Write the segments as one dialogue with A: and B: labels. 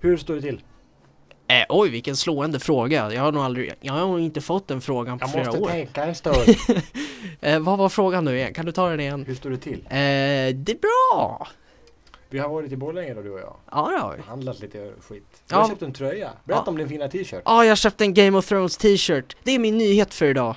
A: Hur står det till?
B: Eh, oj, vilken slående fråga. Jag har nog aldrig, jag har nog inte fått den frågan på
A: Jag
B: flera
A: måste
B: år.
A: tänka en stund.
B: Eh, vad var frågan nu igen? Kan du ta den igen?
A: Hur står det till?
B: Eh, det är bra!
A: Vi har varit i Borlänge då du och jag.
B: Ja, det har vi.
A: Handlat lite skit. Du
B: Ja.
A: har köpt en tröja. Berätta
B: Ja.
A: om din fina t-shirt.
B: Ja, Ah, jag köpte en Game of Thrones t-shirt. Det är min nyhet för idag.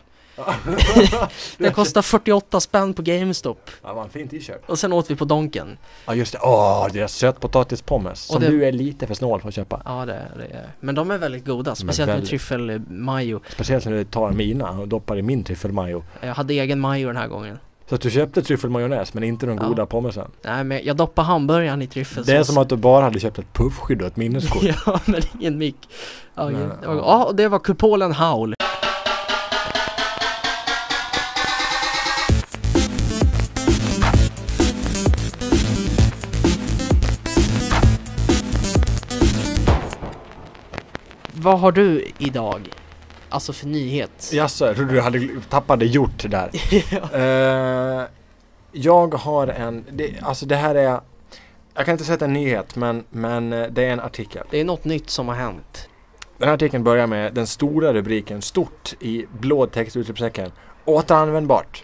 B: Den kostar 48 spänn på GameStop.
A: Ja, vad en fin t-shirt.
B: Och sen åt vi på Donken.
A: Ja just det, åh deras sötpotatispommes.
B: Och
A: Som
B: det-
A: du är lite för snål för att köpa.
B: Ja, det är det. Men de är väldigt goda, speciellt med
A: väldigt.
B: tryffel eh, majo.
A: Speciellt när du tar mina och doppar i min tryffelmajo.
B: Jag hade egen majo den här gången.
A: Så att du köpte tryffelmajonnäs men inte de
B: Ja.
A: goda pommesen.
B: Nej, men jag doppade hamburgaren i tryffel.
A: Det är som att du bara hade köpt ett puffskydd och ett minneskort.
B: Ja, men ingen mick. Ja,
A: Nej,
B: ingen-
A: ja.
B: ja, och det var kupolen Howl. Vad har du idag? Alltså för nyhet?
A: Jaså, jag trodde du hade gl- tappade gjort det där. Eh, jag har en, det, alltså det här är, jag kan inte säga att det är en nyhet men, men eh, det är en artikel.
B: Det är något nytt som har hänt.
A: Den här artikeln börjar med den stora rubriken, stort i blå text i utropstecken. Återanvändbart.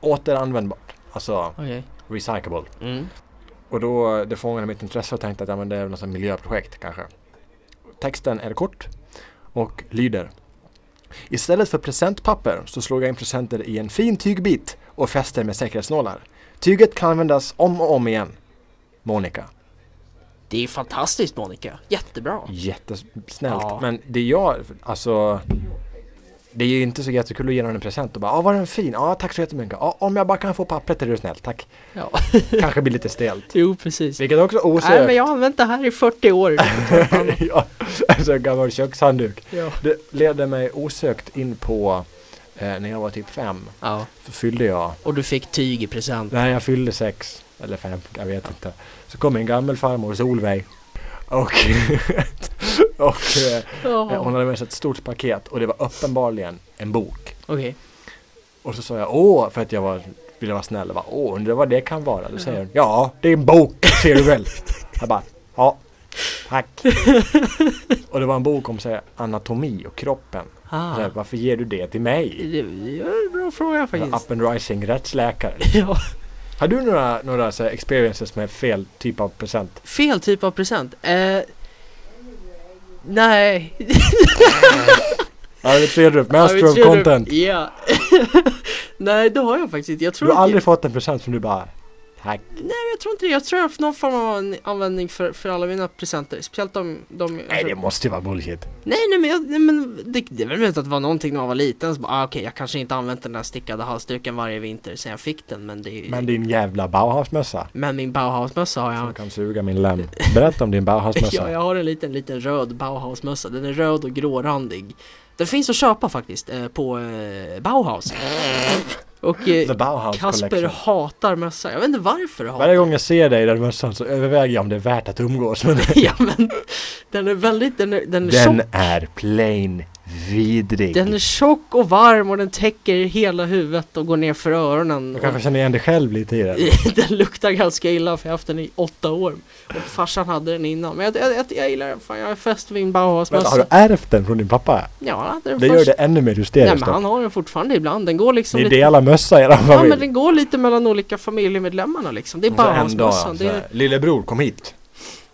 A: Återanvändbart. Alltså
B: Okej.
A: recyclable.
B: Mm.
A: Och då, det fångade mitt intresse och tänkte att ja, men det är väl något sånt miljöprojekt kanske. Texten är kort och lyder. Istället för presentpapper så slog jag in presenter i en fin tygbit och fäste med säkerhetsnålar. Tyget kan användas om och om igen. Monica.
B: Det är ju fantastiskt Monica, jättebra.
A: Jättesnällt.
B: Ja.
A: Men det jag, alltså. Det är ju inte så jättekul att ge någon en present och bara, ja var den fin? Ja tack så jättemycket. Ja om jag bara kan få pappret är du snäll, tack.
B: Ja,
A: Kanske blir lite stelt.
B: jo precis.
A: Vilket också osökt.
B: Nej men jag har använt det här i 40 år.
A: ja, alltså en gammal kökshandduk.
B: ja.
A: Det ledde mig osökt in på eh, när jag var typ fem.
B: ja.
A: Så fyllde jag,
B: Och du fick tyg i present.
A: nej jag fyllde sex eller fem, jag vet inte. Så kom min gammelfarmor Solveig. Och, och eh, hon hade med sig ett stort paket och det var uppenbarligen en bok.
B: Okej.
A: Och så sa jag åh, för att jag var, ville vara snäll och bara åh, undrar vad det kan vara. Då säger hon ja, det är en bok, ser du väl. Jag bara ja, tack. Och det var en bok om så här, anatomi och kroppen. Så
B: Ah.
A: här, varför ger du det till mig? Alltså,
B: Det är en bra fråga faktiskt.
A: Up and rising rättsläkare.
B: Ja.
A: Har du några, några så här, experiences med fel typ av present?
B: Fel typ av present. Eh. Nej.
A: Arvid Fredrup, master of content.
B: Ja. Nej det har jag faktiskt inte. Jag
A: Du
B: tror,
A: har
B: inte,
A: aldrig fått en present som du bara tack.
B: jag tror inte det. Jag tror jag har haft någon form av an- användning för, för alla mina presenter. Speciellt de... de
A: Nej det måste ju vara bullshit.
B: nej, nej men, jag, nej, men det, det är väl möjligt att det var någonting när jag var liten. Så bara, ah, okej jag kanske inte använt den där stickade halsduken varje vinter sen jag fick den. Men, det,
A: Men
B: men,
A: din jävla Bauhausmössa.
B: men min Bauhausmössa har jag
A: Som kan suga min lem. Berätta om din
B: Ja,
A: Bauhausmössa.
B: jag har en liten, liten röd Bauhausmössa. Den är röd och grårandig. Den finns att köpa faktiskt eh, på eh, Bauhaus. Och eh,
A: The Bauhaus
B: Kasper
A: collection.
B: hatar mössa. Jag vet inte varför han
A: Varje gång jag ser dig i den mössan så överväger jag om det är värt att umgås med dig.
B: Ja men den är väldigt, den är, den är
A: Den
B: tjock.
A: är plain vidrig.
B: Den är tjock och varm och den täcker hela huvudet och går ner för öronen.
A: Du kanske känner igen dig själv lite i den.
B: den luktar ganska illa för jag har haft den i åtta år. Och farsan hade den innan. Men jag, jag, jag, jag gillar den. Fan, jag är fäst vid min
A: Vänta, har du
B: Bauhausmössa.
A: ärvt den från din pappa?
B: alltså- Ja, han hade den
A: Det
B: först.
A: gör det ännu mer
B: Nej men
A: hysteriskt. då.
B: han har den fortfarande ibland. Den går liksom
A: Ni
B: lite
A: delar mössa i er
B: Ja men
A: familj.
B: den går lite mellan olika familjemedlemmarna liksom. Det är Bauhausmössan. Det är,
A: alltså, lillebror kom hit.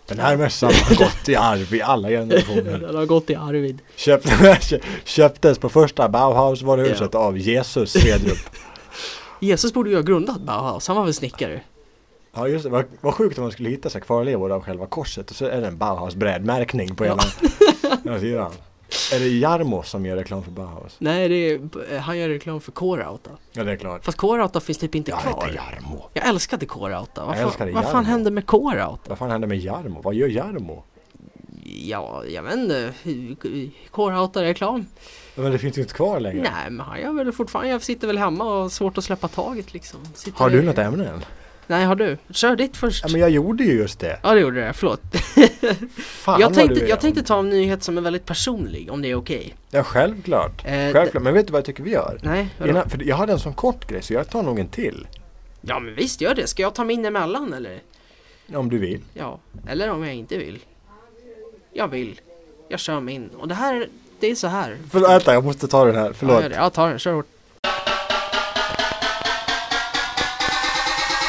A: Den här mössan har gått i arv i alla generationer.
B: den har gått i Arvid.
A: Köpt, köptes på första Bauhausvaruhuset av Jesus Svedrup.
B: Jesus borde ju ha grundat Bauhaus, han var väl snickare?
A: Ja just det, vad, vad sjukt om man skulle hitta så här kvarlevor av själva korset och så är det en Bauhaus brädmärkning på
B: Ja.
A: ena, ena sidan. Är det Jarmo som gör reklam för Bauhaus?
B: Nej, det är, han gör reklam för K-Rauta.
A: Ja det är klart.
B: Fast K-Rauta finns typ inte
A: Jag heter
B: kvar.
A: Jarmo.
B: Jag älskade K-Rauta. Vad
A: Jag älskade
B: fan, vad fan
A: Jarmo.
B: hände med K-Rauta?
A: Vad fan hände med Jarmo? Vad gör Jarmo?
B: Ja, jag vet inte. K-Rauta-reklam?
A: Men det finns ju inte kvar längre.
B: Nej, men han gör väl fortfarande. Jag sitter väl hemma och har svårt att släppa taget liksom. Sitter
A: Har du något ämne än?
B: Nej, har du? Kör ditt först.
A: Ja men jag gjorde ju just det.
B: Ja, det gjorde jag. Förlåt.
A: Fan
B: jag
A: vad
B: tänkte,
A: du är
B: jag tänkte
A: om-
B: ta en nyhet som är väldigt personlig, om det är okej.
A: Ja självklart.
B: Eh, d-
A: Självklart. Men vet du vad jag tycker vi gör?
B: Nej, vadå?
A: Innan, för jag hade en sån kort grej så jag tar nog en till.
B: Ja men visst, gör det. Ska jag ta min emellan eller?
A: Om du vill.
B: Ja, eller om jag inte vill. Jag vill. Jag kör min. Och det här, det är så här.
A: Förlåt, vänta, jag måste ta den här.
B: Ja,
A: Förlåt.
B: gör det. ja ta den, kör hårt.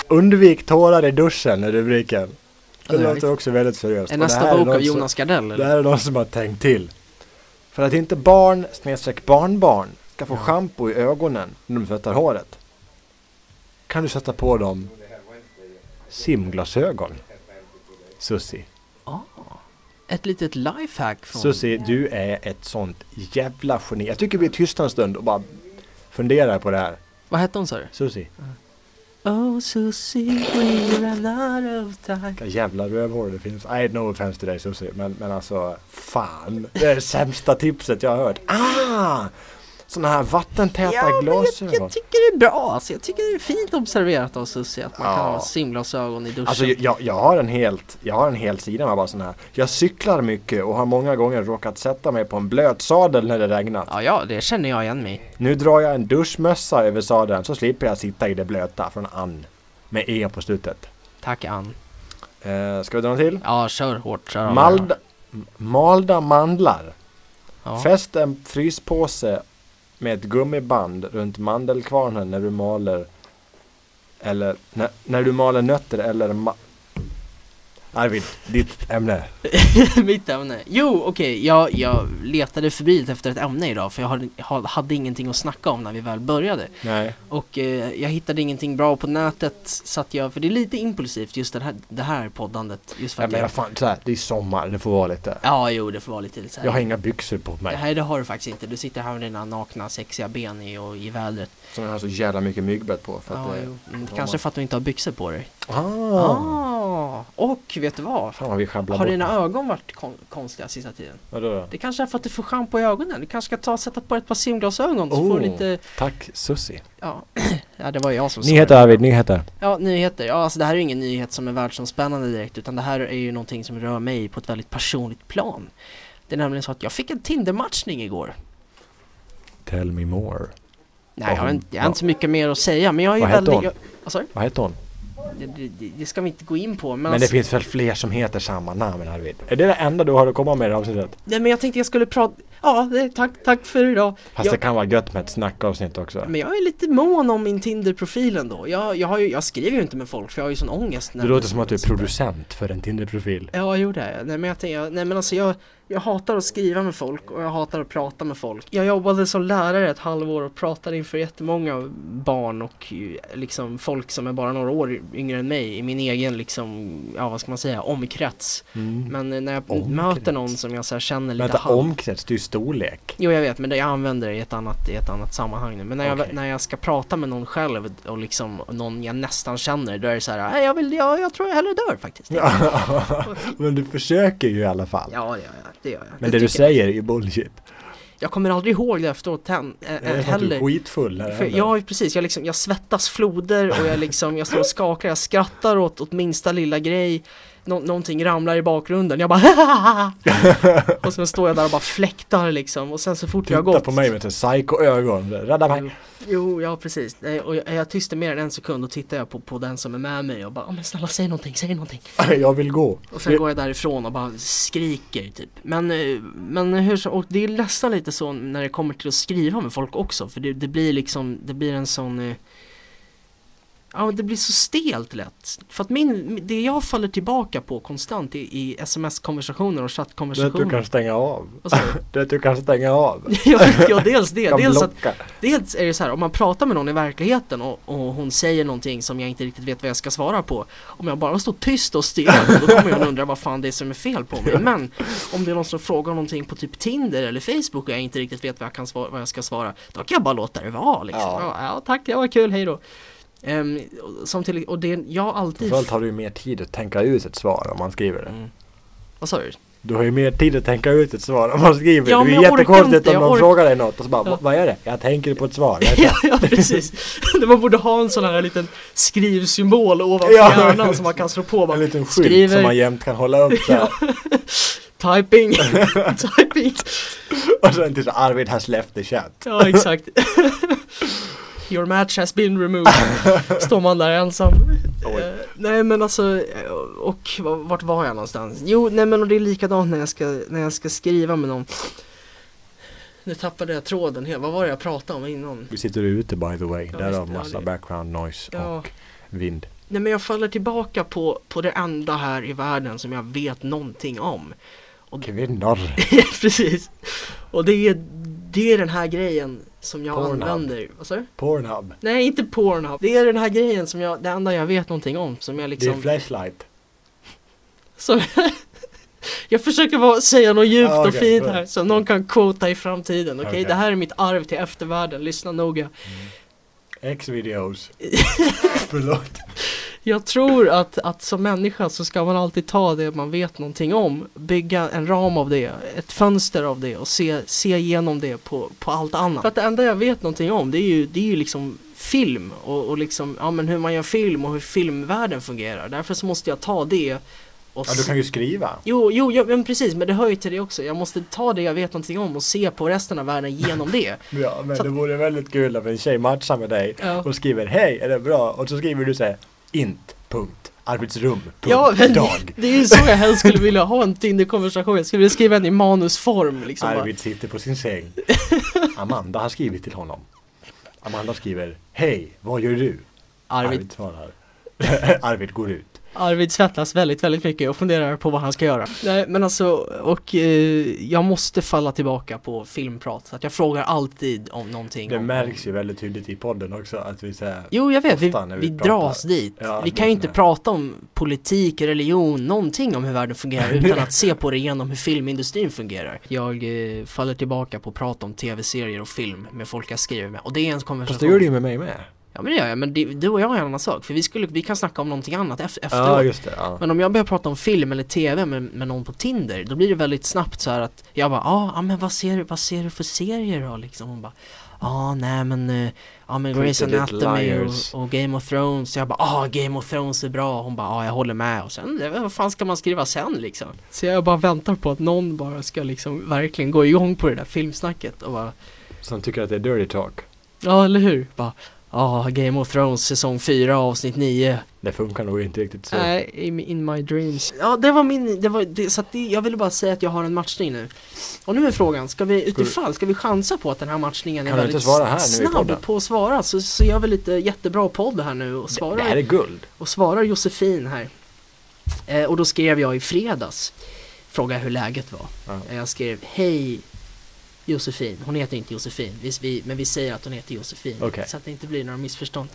A: Undvik tårar i duschen är rubriken.
B: Ja,
A: Det
B: det är
A: låter också väldigt seriöst.
B: Är
A: Och det här
B: nästa
A: är
B: bok
A: någon
B: av
A: som-
B: Jonas Gardell
A: Det
B: eller?
A: här är någon som har tänkt till. För att inte barn snedstreck barnbarn ska få
B: Ja.
A: schampo i ögonen när de tvättar håret. Kan du sätta på dem simglasögon? Susi.
B: Ja. Ett litet lifehack från...
A: Susi, du är ett sånt jävla geni. Jag tycker vi är tysta en stund och bara funderar på det här.
B: Vad hette hon sa du?
A: Susi,
B: Oh Susie, we ran out of time.
A: vilka jävla rövhår det finns. I no offense till dig Susi, men, men alltså fan. Det är det sämsta tipset jag har hört. Ah! Såna här vattentäta glasögon.
B: Jag tycker det är bra alltså. Jag tycker det är fint observerat av Susie att man kan
A: Ja.
B: ha simglasögon i duschen.
A: Alltså jag, jag, har en helt, jag har en hel sida med bara sån här. Jag cyklar mycket och har många gånger råkat sätta mig på en blöt sadel när det regnat.
B: Ja, ja, det känner jag igen mig i.
A: Nu drar jag en duschmössa över sadeln så slipper jag sitta i det blöta från Ann. Med E på slutet.
B: Tack Ann.
A: Eh, ska vi dra en till?
B: Ja, kör hårt. Kör hårt.
A: Malda, m- malda mandlar.
B: Ja.
A: Fäst en fryspåse med ett gummiband runt mandelkvarnen när du maler eller när, när du maler nötter eller ma- Arvid, ditt ämne.
B: Mitt ämne. Jo, okej. Jag, jag letade förbi efter ett ämne idag för jag hade, ha- hade ingenting att snacka om när vi väl började.
A: Nej.
B: Och eh, jag hittade ingenting bra på nätet så att jag, för det är lite impulsivt just det här, det här poddandet. Just för
A: Ja,
B: att
A: men
B: jag,
A: jag fan, så här, det är sommar, det får vara lite.
B: ja, jo, det får vara lite så här.
A: Jag har inga byxor på mig.
B: Nej, det har du faktiskt inte. Du sitter här med dina nakna sexiga ben i, och i vädret.
A: Som jag har så jävla mycket myggbett på. För att
B: ja,
A: det...
B: jo. Mm, kanske för att du inte har byxor på dig.
A: Ah.
B: Ah, och vet du vad?
A: Fan vad vi sjabblar
B: Har
A: bort.
B: dina ögon varit kon- konstiga sista tiden?
A: Vadå då?
B: Det kanske är för att du får schampo i ögonen. Du kanske ska ta och sätta på ett par simglasögon så
A: Oh.
B: får du lite,
A: Tack Susi.
B: ja, ja det var jag som sa
A: Nyheter
B: det.
A: Arvid, nyheter.
B: Ja, nyheter. Ja, alltså det här är ju ingen nyhet som är världsomspännande direkt utan det här är ju någonting som rör mig på ett väldigt personligt plan. Det är nämligen så att jag fick en Tinder-matchning igår.
A: Tell me more.
B: Nej, jag har
A: hon-
B: inte, jag har inte så mycket mer att säga men jag är ju
A: Oh, Vad hette
B: väldigt...
A: hon?
B: jag- Vad sa du?
A: Vad heter hon?
B: Det- det- det- Det ska vi inte gå in på men,
A: Men det
B: alltså,
A: finns väl fler som heter samma namn Arvid? Är det det enda du har att komma med i det här avsnittet?
B: Nej men jag tänkte jag skulle prata... Ja, det- tack, tack för idag.
A: Fast
B: Jag-
A: det kan vara gött med ett snackavsnitt också.
B: Men jag är lite mån om min Tinder-profil ändå. Jag, jag, har ju, jag skriver ju inte med folk för jag har ju sån ångest. när-
A: Det låter som att du är producent för en Tinder-profil.
B: Ja, jo det är jag. Nej men jag tänkte, jag- nej men alltså jag, jag hatar att skriva med folk och jag hatar att prata med folk. Jag jobbade som lärare ett halvår och pratade inför jättemånga barn och ju, liksom folk som är bara några år yngre än mig i min egen liksom, ja vad ska man säga, omkrets.
A: Mm.
B: Men eh, när jag
A: Omkrets.
B: möter någon som jag så här känner lite
A: Vänta,
B: halv-
A: omkrets, det är ju storlek.
B: Jo jag vet men det jag använder det i ett annat, i ett annat sammanhang nu. Men när,
A: Okej.
B: jag, när jag ska prata med någon själv och liksom någon jag nästan känner då är det så här, "Nej, jag, vill, jag, jag tror jag hellre dör faktiskt. Ja,
A: Men du försöker ju i alla fall.
B: ja, ja det gör jag.
A: Men det du
B: tycker jag.
A: säger är ju bullshit.
B: Jag kommer aldrig ihåg det efteråt än, äh,
A: Är det för att du är
B: heller.
A: skitfull? när det
B: För
A: händer?
B: jag, är precis, jag, liksom, jag svettas floder och jag, liksom, jag står och skakar, jag skrattar åt, åt minsta lilla grej Nå Någonting ramlar i bakgrunden, jag bara Och sen står jag där och bara fläktar liksom och sen så fort jag har
A: Titta
B: gått
A: på mig med ett psycho-ögon. Rädda mig.
B: Jo, jo, ja precis. Nej, Och jag, är jag tyst i mer än en sekund och tittar jag på, på den som är med mig och bara "Ja, men snälla säg någonting, säg någonting.
A: Jag vill gå.
B: Och sen går jag därifrån och bara skriker typ. Men, eh, men hur så, och det är nästan lite så när det kommer till att skriva med folk också. För det, det blir liksom, det blir en sån eh, Ja, det blir så stelt lätt. För att min, det jag faller tillbaka på konstant i, i sms-konversationer och
A: Det att du kan
B: chattkonversationer.
A: stänga av.
B: Vad sa du?
A: Det att du kan stänga av.
B: Ja, ja, dels det.
A: Kan
B: Dels att
A: blocka.
B: Dels är det så här, om man pratar med någon i verkligheten och, och hon säger någonting som jag inte riktigt vet vad jag ska svara på Om jag bara står tyst och stirrar då kommer hon undra vad fan det är som är fel på mig Men om det är någon som frågar någonting på typ Tinder eller Facebook och jag inte riktigt vet vad jag, kan svara, vad jag ska svara Då kan jag bara låta det vara liksom
A: Ja.
B: Ja, ja tack, det var kul, hej då Ehm, och- som till, och det, jag har alltid...
A: Framförallt har du ju mer tid att tänka ut ett svar om man skriver det.
B: Mm. Vad sa du?
A: Du har ju mer tid att tänka ut ett svar om man skriver
B: Ja,
A: det. Det
B: men
A: är
B: jag orkar
A: jättekonstigt
B: inte,
A: om
B: jag
A: någon
B: ork-
A: frågar dig något och så bara,
B: Ja.
A: "Va- vad är det? Jag tänker på ett svar. Jag
B: Ja, ja precis. Man borde ha en sån här liten skrivsymbol ovanför
A: Ja.
B: hjärnan som man kan slå på.
A: En
B: Bara,
A: liten skylt
B: skriver-
A: som man jämt kan hålla upp där.
B: typing, typing.
A: Och sen till så Arvid has left the chat.
B: Ja, exakt. Your match has been removed. Står man där ensam.
A: Oj.
B: Eh, nej men alltså, eh, och va- vart var jag någonstans? Jo, nej men och det är likadant när jag ska, när jag ska skriva med någon. Nu tappade jag tråden helt. Vad var det jag pratade om innan?
A: Vi sitter ute by the way,
B: Ja,
A: därav
B: visst, ja,
A: massa
B: det-
A: background noise
B: Ja.
A: och vind.
B: Nej men jag faller tillbaka på, på det enda här i världen som jag vet någonting om.
A: Kvinnor!
B: Precis. Och det är, det är den här grejen som jag
A: Pornhub.
B: använder. Vad sa du?
A: Pornhub!
B: Nej, inte Pornhub. Det är den här grejen som jag, det enda jag vet någonting om som jag
A: Det är
B: liksom...
A: flashlight!
B: som, jag försöker vara, säga något djupt
A: Ja,
B: och
A: Ah, okej,
B: fint
A: bra.
B: här som någon kan quota i framtiden. Okej,
A: Okej.
B: det här är mitt arv till eftervärlden. Lyssna noga.
A: X-videos! Förlåt!
B: Jag tror att, att som människa så ska man alltid ta det man vet någonting om, bygga en ram av det, ett fönster av det och se, se igenom det på, på allt annat. För att det enda jag vet någonting om det är ju, det är ju liksom film och, och liksom, ja, men hur man gör film och hur filmvärlden fungerar. Därför så måste jag ta det och
A: Ja, du kan ju skriva!
B: Jo, jo, jo, men precis, men det hör ju till det också. Jag måste ta det jag vet någonting om och se på resten av världen genom det.
A: Ja, men
B: Så-
A: det vore väldigt kul om en tjej matchar med dig
B: Ja.
A: och skriver hej, är det bra? Och så skriver du så här, int, punkt, arbetsrum, punkt,
B: Ja, men
A: dag.
B: det är ju så jag helst skulle vilja ha en Tinder-konversation. Jag skulle vilja skriva den i manusform liksom. bara.
A: Arvid sitter på sin säng. Amanda har skrivit till honom. Amanda skriver, hej, vad gör du?
B: Arvid,
A: svarar. Arvid går ut.
B: Arvid svettas väldigt, väldigt mycket och funderar på vad han ska göra. Nej, men alltså, och eh, jag måste falla tillbaka på filmprat. Så att jag frågar alltid om någonting.
A: Det
B: om,
A: märks ju väldigt tydligt i podden också att vi säger
B: Jo, jag vet. Vi,
A: ofta när
B: vi
A: vi pratar.
B: dras dit.
A: Ja,
B: vi
A: det
B: kan ju
A: är
B: inte
A: sån här.
B: prata om politik, religion, någonting om hur världen fungerar utan att se på det genom hur filmindustrin fungerar. Jag eh, faller tillbaka på att prata om tv-serier och film med folk jag skriver med. Och det är en konversation.
A: Fast det gör du ju med mig med.
B: Ja, men det gör jag. Men det, du och jag har en annan sak. För vi, skulle, vi kan snacka om någonting annat ef- efteråt.
A: Ja, just det. Ja.
B: Men om jag börjar prata om film eller tv med, med någon på Tinder, då blir det väldigt snabbt så här att jag bara ah, ja men vad ser, du- vad ser du för serier då liksom? Hon bara ja ah, nej men, eh, ja men
A: Pretty
B: Grey's
A: Little
B: Anatomy
A: Liars."
B: och, och Game of Thrones. Jag bara ah Game of Thrones är bra. Hon bara ja ah, jag håller med. Och sen eh, vad fan ska man skriva sen liksom? Så jag bara väntar på att någon bara ska liksom verkligen gå igång på det där filmsnacket och bara
A: Som tycker att det är dirty talk.
B: ja eller hur? Bara ah Game of Thrones säsong 4 avsnitt 9.
A: Det funkar nog inte riktigt så.
B: Nej, in, in my dreams. Ja, det var min, det var, det, så att det, jag ville bara säga att jag har en matchning nu. Och nu är frågan, ska vi
A: du-
B: utifall, ska vi chansa på att den här matchningen
A: Kan
B: är
A: du
B: väldigt
A: inte svara här nu i podden?
B: snabb på att svara? Så, så gör vi lite jättebra podd här nu och
A: Det,
B: svarar,
A: det här är guld.
B: och svarar Josefin här. Eh, och då skrev jag i fredags, fråga hur läget var.
A: Ja.
B: Eh, Jag skrev, hej Josefin, hon heter inte Josefin, vi, vi, men vi säger att hon heter Josefin.
A: Okej.
B: Så att det inte blir några missförstånd.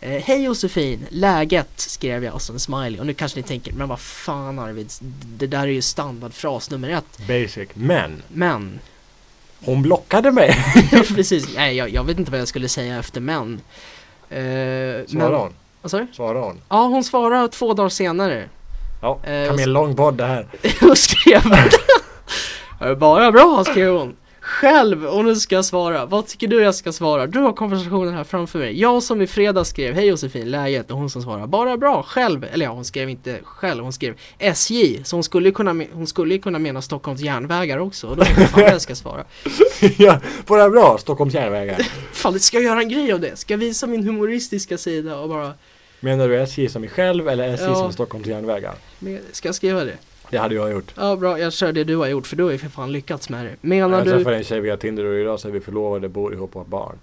B: Eh, Hej Josefin, läget? skrev jag och så en smiley. Och nu kanske ni tänker, men vad fan Arvid, det där är ju standardfras nummer ett.
A: Basic. Men
B: Men,
A: hon blockade mig.
B: precis, nej jag, jag vet inte vad jag skulle säga efter men. Eh, men
A: Svarade hon.
B: vad sa du?
A: Svarade hon.
B: Ja, hon svarar två dagar senare.
A: Ja,
B: Eh,
A: kan bli en lång podd det här.
B: och skrev Bara bra skrev hon Själv, och nu ska jag svara. Vad tycker du jag ska svara? Du har konversationen här framför mig. Jag som i fredags skrev Hej Josefin, läget? Och hon som svarar Bara bra, själv. Eller ja, hon skrev inte själv, hon skrev SJ. Så hon skulle ju kunna, me- hon skulle ju kunna mena Stockholms järnvägar också. Och då vet jag fan vad jag ska svara.
A: ja, får det här bra? Stockholms järnvägar.
B: Fan, ska jag göra en grej av det? Ska jag visa min humoristiska sida och bara
A: Menar du SJ som är själv eller SJ
B: Ja.
A: som är Stockholms järnvägar?
B: men Ska jag skriva det?
A: Det hade jag gjort.
B: Ja, bra, jag kör det du har gjort för du har ju för fan lyckats med det. Menar
A: Jag
B: du?
A: träffade en tjej via Tinder och idag så är vi förlovade, bor ihop och har barn.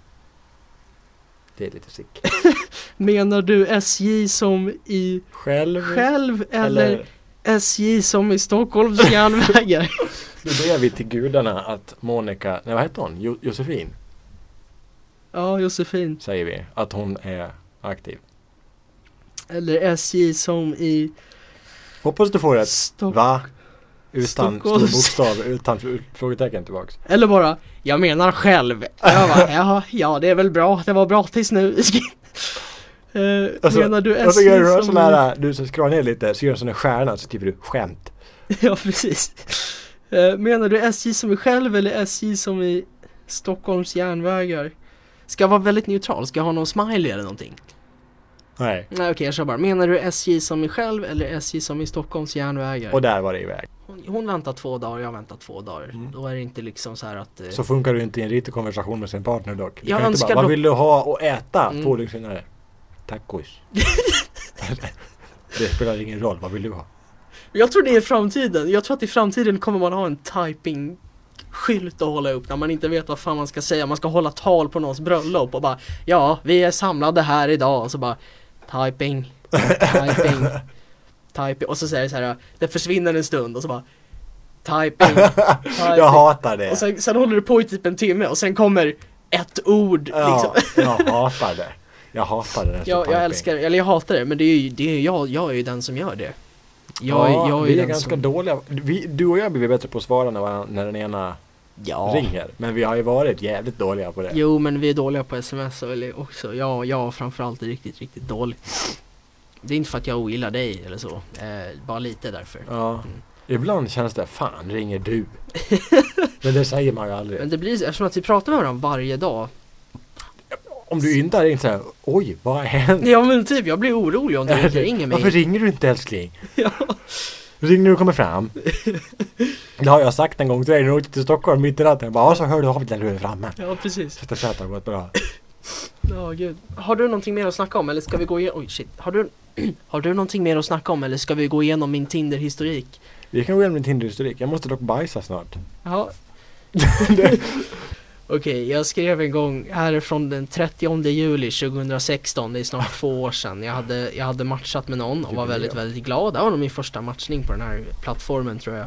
A: Det är lite sick.
B: Menar du SJ som i
A: Själv,
B: själv eller, SJ som i Stockholms järnvägar?
A: Nu ber vi till gudarna att Monica, nej vad heter hon? Jo, Josefin
B: ja, Josefin.
A: säger vi, att hon är aktiv.
B: Eller SJ som i
A: Hoppas du får ett
B: Stockholm.
A: va? Utan stor
B: Stockholms-
A: bokstav, utan f- frågetecken tillbaks.
B: Eller bara, jag menar själv. Jag bara, Jaha, ja det är väl bra, det var bra tills nu. Eh,
A: Alltså,
B: menar du
A: Och så
B: SJ
A: gör du
B: som
A: sån här, äh, du så scrollar ner lite, så gör du en sån här stjärna, så skriver du skämt.
B: i... Ja, precis. Eh, menar du SJ som i själv eller SJ som i Stockholms järnvägar? Ska jag vara väldigt neutral? Ska jag ha någon smiley eller någonting?
A: Nej.
B: Nej okej jag kör bara. Menar du SJ som i själv eller SJ som i Stockholms järnvägar?
A: Och där var det iväg.
B: Hon, hon väntar två dagar, jag väntar två dagar.
A: Mm.
B: Då är det inte liksom så här att... eh,
A: Så funkar det ju inte i en riktig konversation med sin partner dock. Du
B: Jag
A: kan ju inte bara,
B: önskar
A: vad
B: dock-
A: vill du ha och äta?
B: Mm.
A: Två dygn senare. Tacos. det spelar ingen roll, vad vill du ha?
B: Jag tror det är framtiden. Jag tror att i framtiden kommer man ha en typing skylt att hålla upp när man inte vet vad fan man ska säga. Man ska hålla tal på någons bröllop och bara Ja, vi är samlade här idag och så bara Typing, typing, typing och så säger det så här Det försvinner en stund och så bara Typing, typing
A: Jag hatar det.
B: Och sen, sen håller det på i typ en timme och sen kommer ett ord
A: ja,
B: liksom.
A: jag hatar det. Jag hatar det.
B: jag, jag älskar, eller jag hatar det men det är ju, det är, jag, jag är ju den som gör det. Jag,
A: ja,
B: jag är ju
A: vi är
B: den
A: ganska
B: som,
A: dåliga. Vi, du och jag blir bättre på att svara när, varann- när den ena
B: ja.
A: ringer. Men vi har ju varit jävligt dåliga på det.
B: Jo men vi är dåliga på sms och- eller också, jag, jag framförallt är riktigt, riktigt dålig Det är inte för att jag ogillar dig eller så, eh, bara lite därför
A: Ja.
B: Mm.
A: Ibland känns det, fan ringer du? Men det säger man ju aldrig.
B: Men det blir, eftersom att vi pratar med varandra varje dag
A: Om du inte har ringt såhär, oj vad har hänt?
B: Ja men typ, jag blir orolig om du inte ringer
A: Varför
B: mig
A: ringer du inte älskling?
B: Ja.
A: Ring när du kommer fram. Det har jag sagt en gång till dig när du åkte till Stockholm mitt i natten. Jag bara, "Ja, så hör du av dig när du är framme.
B: Ja precis,
A: Sätta sätet har gått bra.
B: ja gud Har du någonting mer att snacka om eller ska vi gå igenom, oj shit Har du, har du någonting mer att snacka om eller ska vi gå igenom min Tinder-historik?
A: Vi kan gå igenom min Tinder-historik. Jag måste dock bajsa snart.
B: Ja Okej, jag skrev en gång, här är från den 30 juli 2016, det är
A: Ah.
B: snart två år sedan. Jag hade, jag hade matchat med någon och var väldigt, väldigt glad. Det var nog min första matchning på den här plattformen tror jag.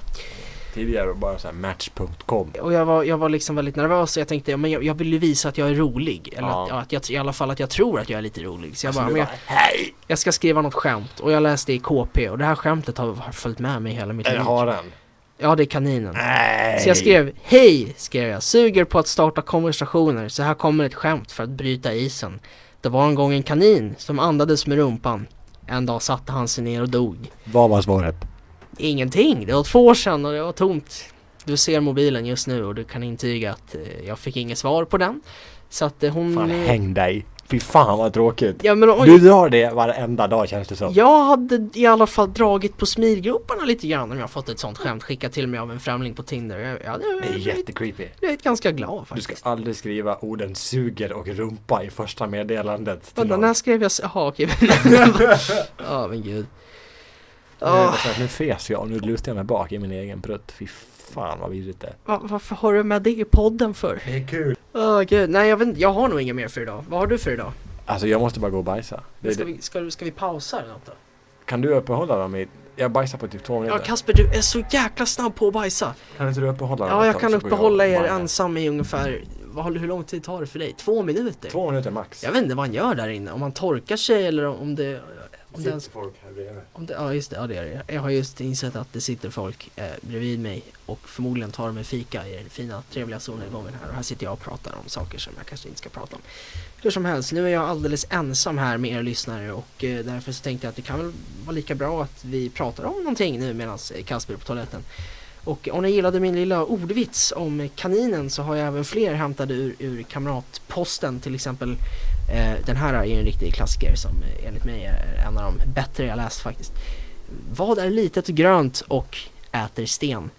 A: Tidigare var det bara såhär match.com.
B: Och jag var, jag var liksom väldigt nervös och jag tänkte, ja, men jag, jag vill ju visa att jag är rolig. Eller
A: Ja.
B: att, ja, att jag, i alla fall att jag tror att jag är lite rolig. Så jag
A: Alltså,
B: bara,
A: du
B: men jag,
A: bara, hej!
B: jag ska skriva något skämt. Och jag läste i KP och det här skämtet har, har följt med mig hela mitt
A: Är det
B: liv.
A: haren?
B: Ja, det är kaninen.
A: Nej!
B: Mm. Så jag skrev Hej, skrev jag, suger på att starta konversationer så här kommer ett skämt för att bryta isen. Det var en gång en kanin som andades med rumpan. En dag satte han sig ner och dog.
A: Vad var svaret?
B: Ingenting, det var två år sedan och det var tomt. Du ser mobilen just nu och du kan intyga att eh, jag fick inget svar på den. Så att eh, hon...
A: Fan häng dig! Fy fan vad tråkigt!
B: ja, men, oj,
A: Du drar det varenda dag känns det som.
B: Jag hade i alla fall dragit på smilgroparna lite grann om jag fått ett sånt skämt skickat till mig av en främling på Tinder. Jag, jag, jag,
A: Det är
B: jag,
A: jättecreepy.
B: jag är ganska glad
A: Du
B: faktiskt.
A: ska aldrig skriva orden suger och rumpa i första meddelandet. till
B: Vänta,
A: någon.
B: när skrev jag... s- Jaha, okej. Ja, men gud.
A: Nu är det
B: Ja,
A: så här, Nu fes jag och nu lutar jag mig bak i min egen prutt. Fy fan vad vidrigt det är.
B: va- varför har du med det i podden för?
A: Det är kul.
B: Åh gud, nej jag, vet, inte- jag har nog inget mer för idag. Vad har du för idag?
A: Alltså jag måste bara gå och bajsa. Det,
B: Ska
A: det.
B: vi, ska, ska vi pausa eller något då?
A: Kan du uppehålla dem i... Jag bajsar på typ två
B: Ja
A: minuter.
B: Kasper, du är så jäkla snabb på att bajsa.
A: Kan inte du uppehålla dem
B: Ja,
A: ett
B: jag
A: tag
B: kan
A: så går
B: uppehålla
A: och
B: er
A: bajar?
B: ensam i ungefär... Vad, hur lång tid tar det för dig? Två minuter?
A: Två minuter max.
B: Jag vet inte vad han gör där inne. Om han torkar sig eller om det... Om det ens
A: folk här bredvid.
B: Om det, ja just det, ja, det är det. Jag har just insett att det sitter folk eh, bredvid mig och förmodligen tar de en fika i den fina trevliga solnedgången här och här sitter jag och pratar om saker som jag kanske inte ska prata om. Hur som helst, nu är jag alldeles ensam här med er lyssnare och eh, därför så tänkte jag att det kan väl vara lika bra att vi pratar om någonting nu medan eh, Kasper är på toaletten. Och om ni gillade min lilla ordvits om kaninen så har jag även fler hämtade ur, ur kamratposten till exempel Eh, Den här är ju en riktig klassiker som eh, enligt mig är en av de bättre jag läst faktiskt. Vad är litet och grönt och äter sten?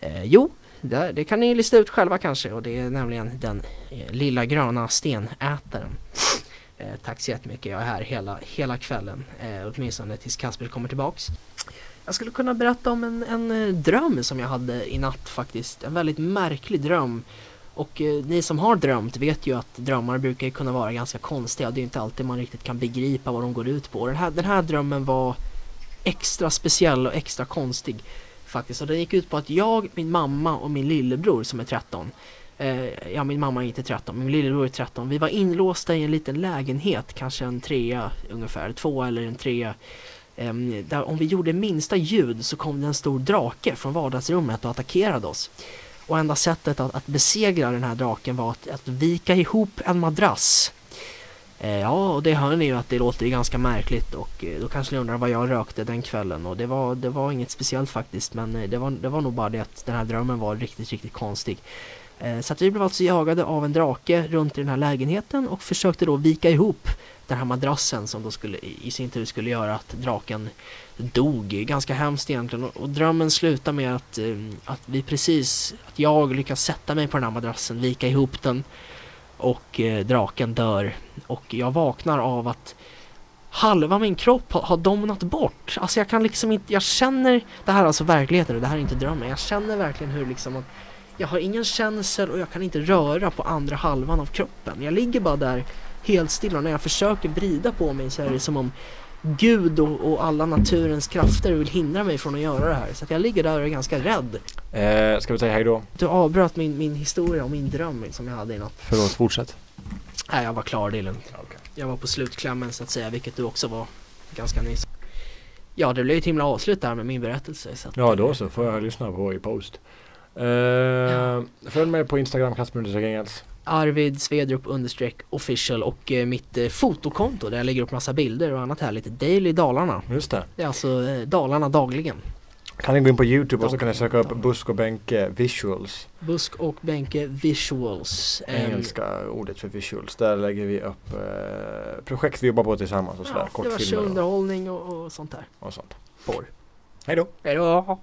B: Eh, jo, det, det kan ni lista ut själva kanske och det är nämligen den eh, lilla gröna stenätaren. Eh, tack så jättemycket, jag är här hela, hela kvällen, eh, åtminstone tills Kasper kommer tillbaks. Jag skulle kunna berätta om en, en eh, dröm som jag hade i natt faktiskt, en väldigt märklig dröm. Och eh, ni som har drömt vet ju att drömmar brukar ju kunna vara ganska konstiga. Det är ju inte alltid man riktigt kan begripa vad de går ut på. Den här, den här drömmen var extra speciell och extra konstig faktiskt. Och den gick ut på att jag, min mamma och min lillebror som är 13. Eh, ja, min mamma är inte 13, min lillebror är 13. Vi var inlåsta i en liten lägenhet, kanske en trea ungefär, två eller en trea. Ehm, där om vi gjorde minsta ljud så kom det en stor drake från vardagsrummet och attackerade oss. Och enda sättet att, att besegra den här draken var att, att vika ihop en madrass. Eh, Ja, och det hör ni ju att det låter ju ganska märkligt och eh, då kanske ni undrar vad jag rökte den kvällen och det var, det var inget speciellt faktiskt men eh, det var, det var nog bara det att den här drömmen var riktigt, riktigt konstig. Eh, Så att vi blev alltså jagade av en drake runt i den här lägenheten och försökte då vika ihop den här madrassen som då skulle, i sin tur skulle göra att draken dog. Ganska hemskt egentligen och, och drömmen slutar med att, eh, att vi precis, att jag lyckas sätta mig på den här madrassen, vika ihop den och eh, draken dör och jag vaknar av att halva min kropp har, har domnat bort. Alltså jag kan liksom inte, jag känner, det här är alltså verkligheten och det här är inte drömmen. Jag känner verkligen hur liksom att jag har ingen känsel och jag kan inte röra på andra halvan av kroppen. Jag ligger bara där helt stilla och när jag försöker vrida på mig så är det som om Gud och, och alla naturens krafter vill hindra mig från att göra det här. Så att jag ligger där och är ganska rädd.
A: Eh, ska vi säga hej då?
B: Du avbröt min, min historia och min dröm som jag hade i natt.
A: Förlåt, fortsätt.
B: Nej, jag var klar, det är lugnt.
A: Okay.
B: Jag var på slutklämmen så att säga, vilket du också var ganska nyss. Ja, det blev ju ett himla avslut där med min berättelse. Så att,
A: Ja, då så får jag lyssna på i post. Eh, följ mig på Instagram, Kasper Engels.
B: Arvid Svedrup understreck official och eh, mitt eh, fotokonto där jag lägger upp massa bilder och annat här lite. Daily Dalarna.
A: Just det.
B: Det är alltså eh, Dalarna dagligen.
A: Kan ni gå in på YouTube och så kan ni söka upp Busk och Benke Visuals.
B: Busk och Benke Visuals. Ehm,
A: Engelska ordet för visuals. Där lägger vi upp eh, projekt vi jobbar på tillsammans och sådär.
B: ja, diverse
A: Kortfilmer och,
B: underhållning och, och sånt där.
A: och sånt.
B: Porr.
A: Hej då!
B: Hejdå!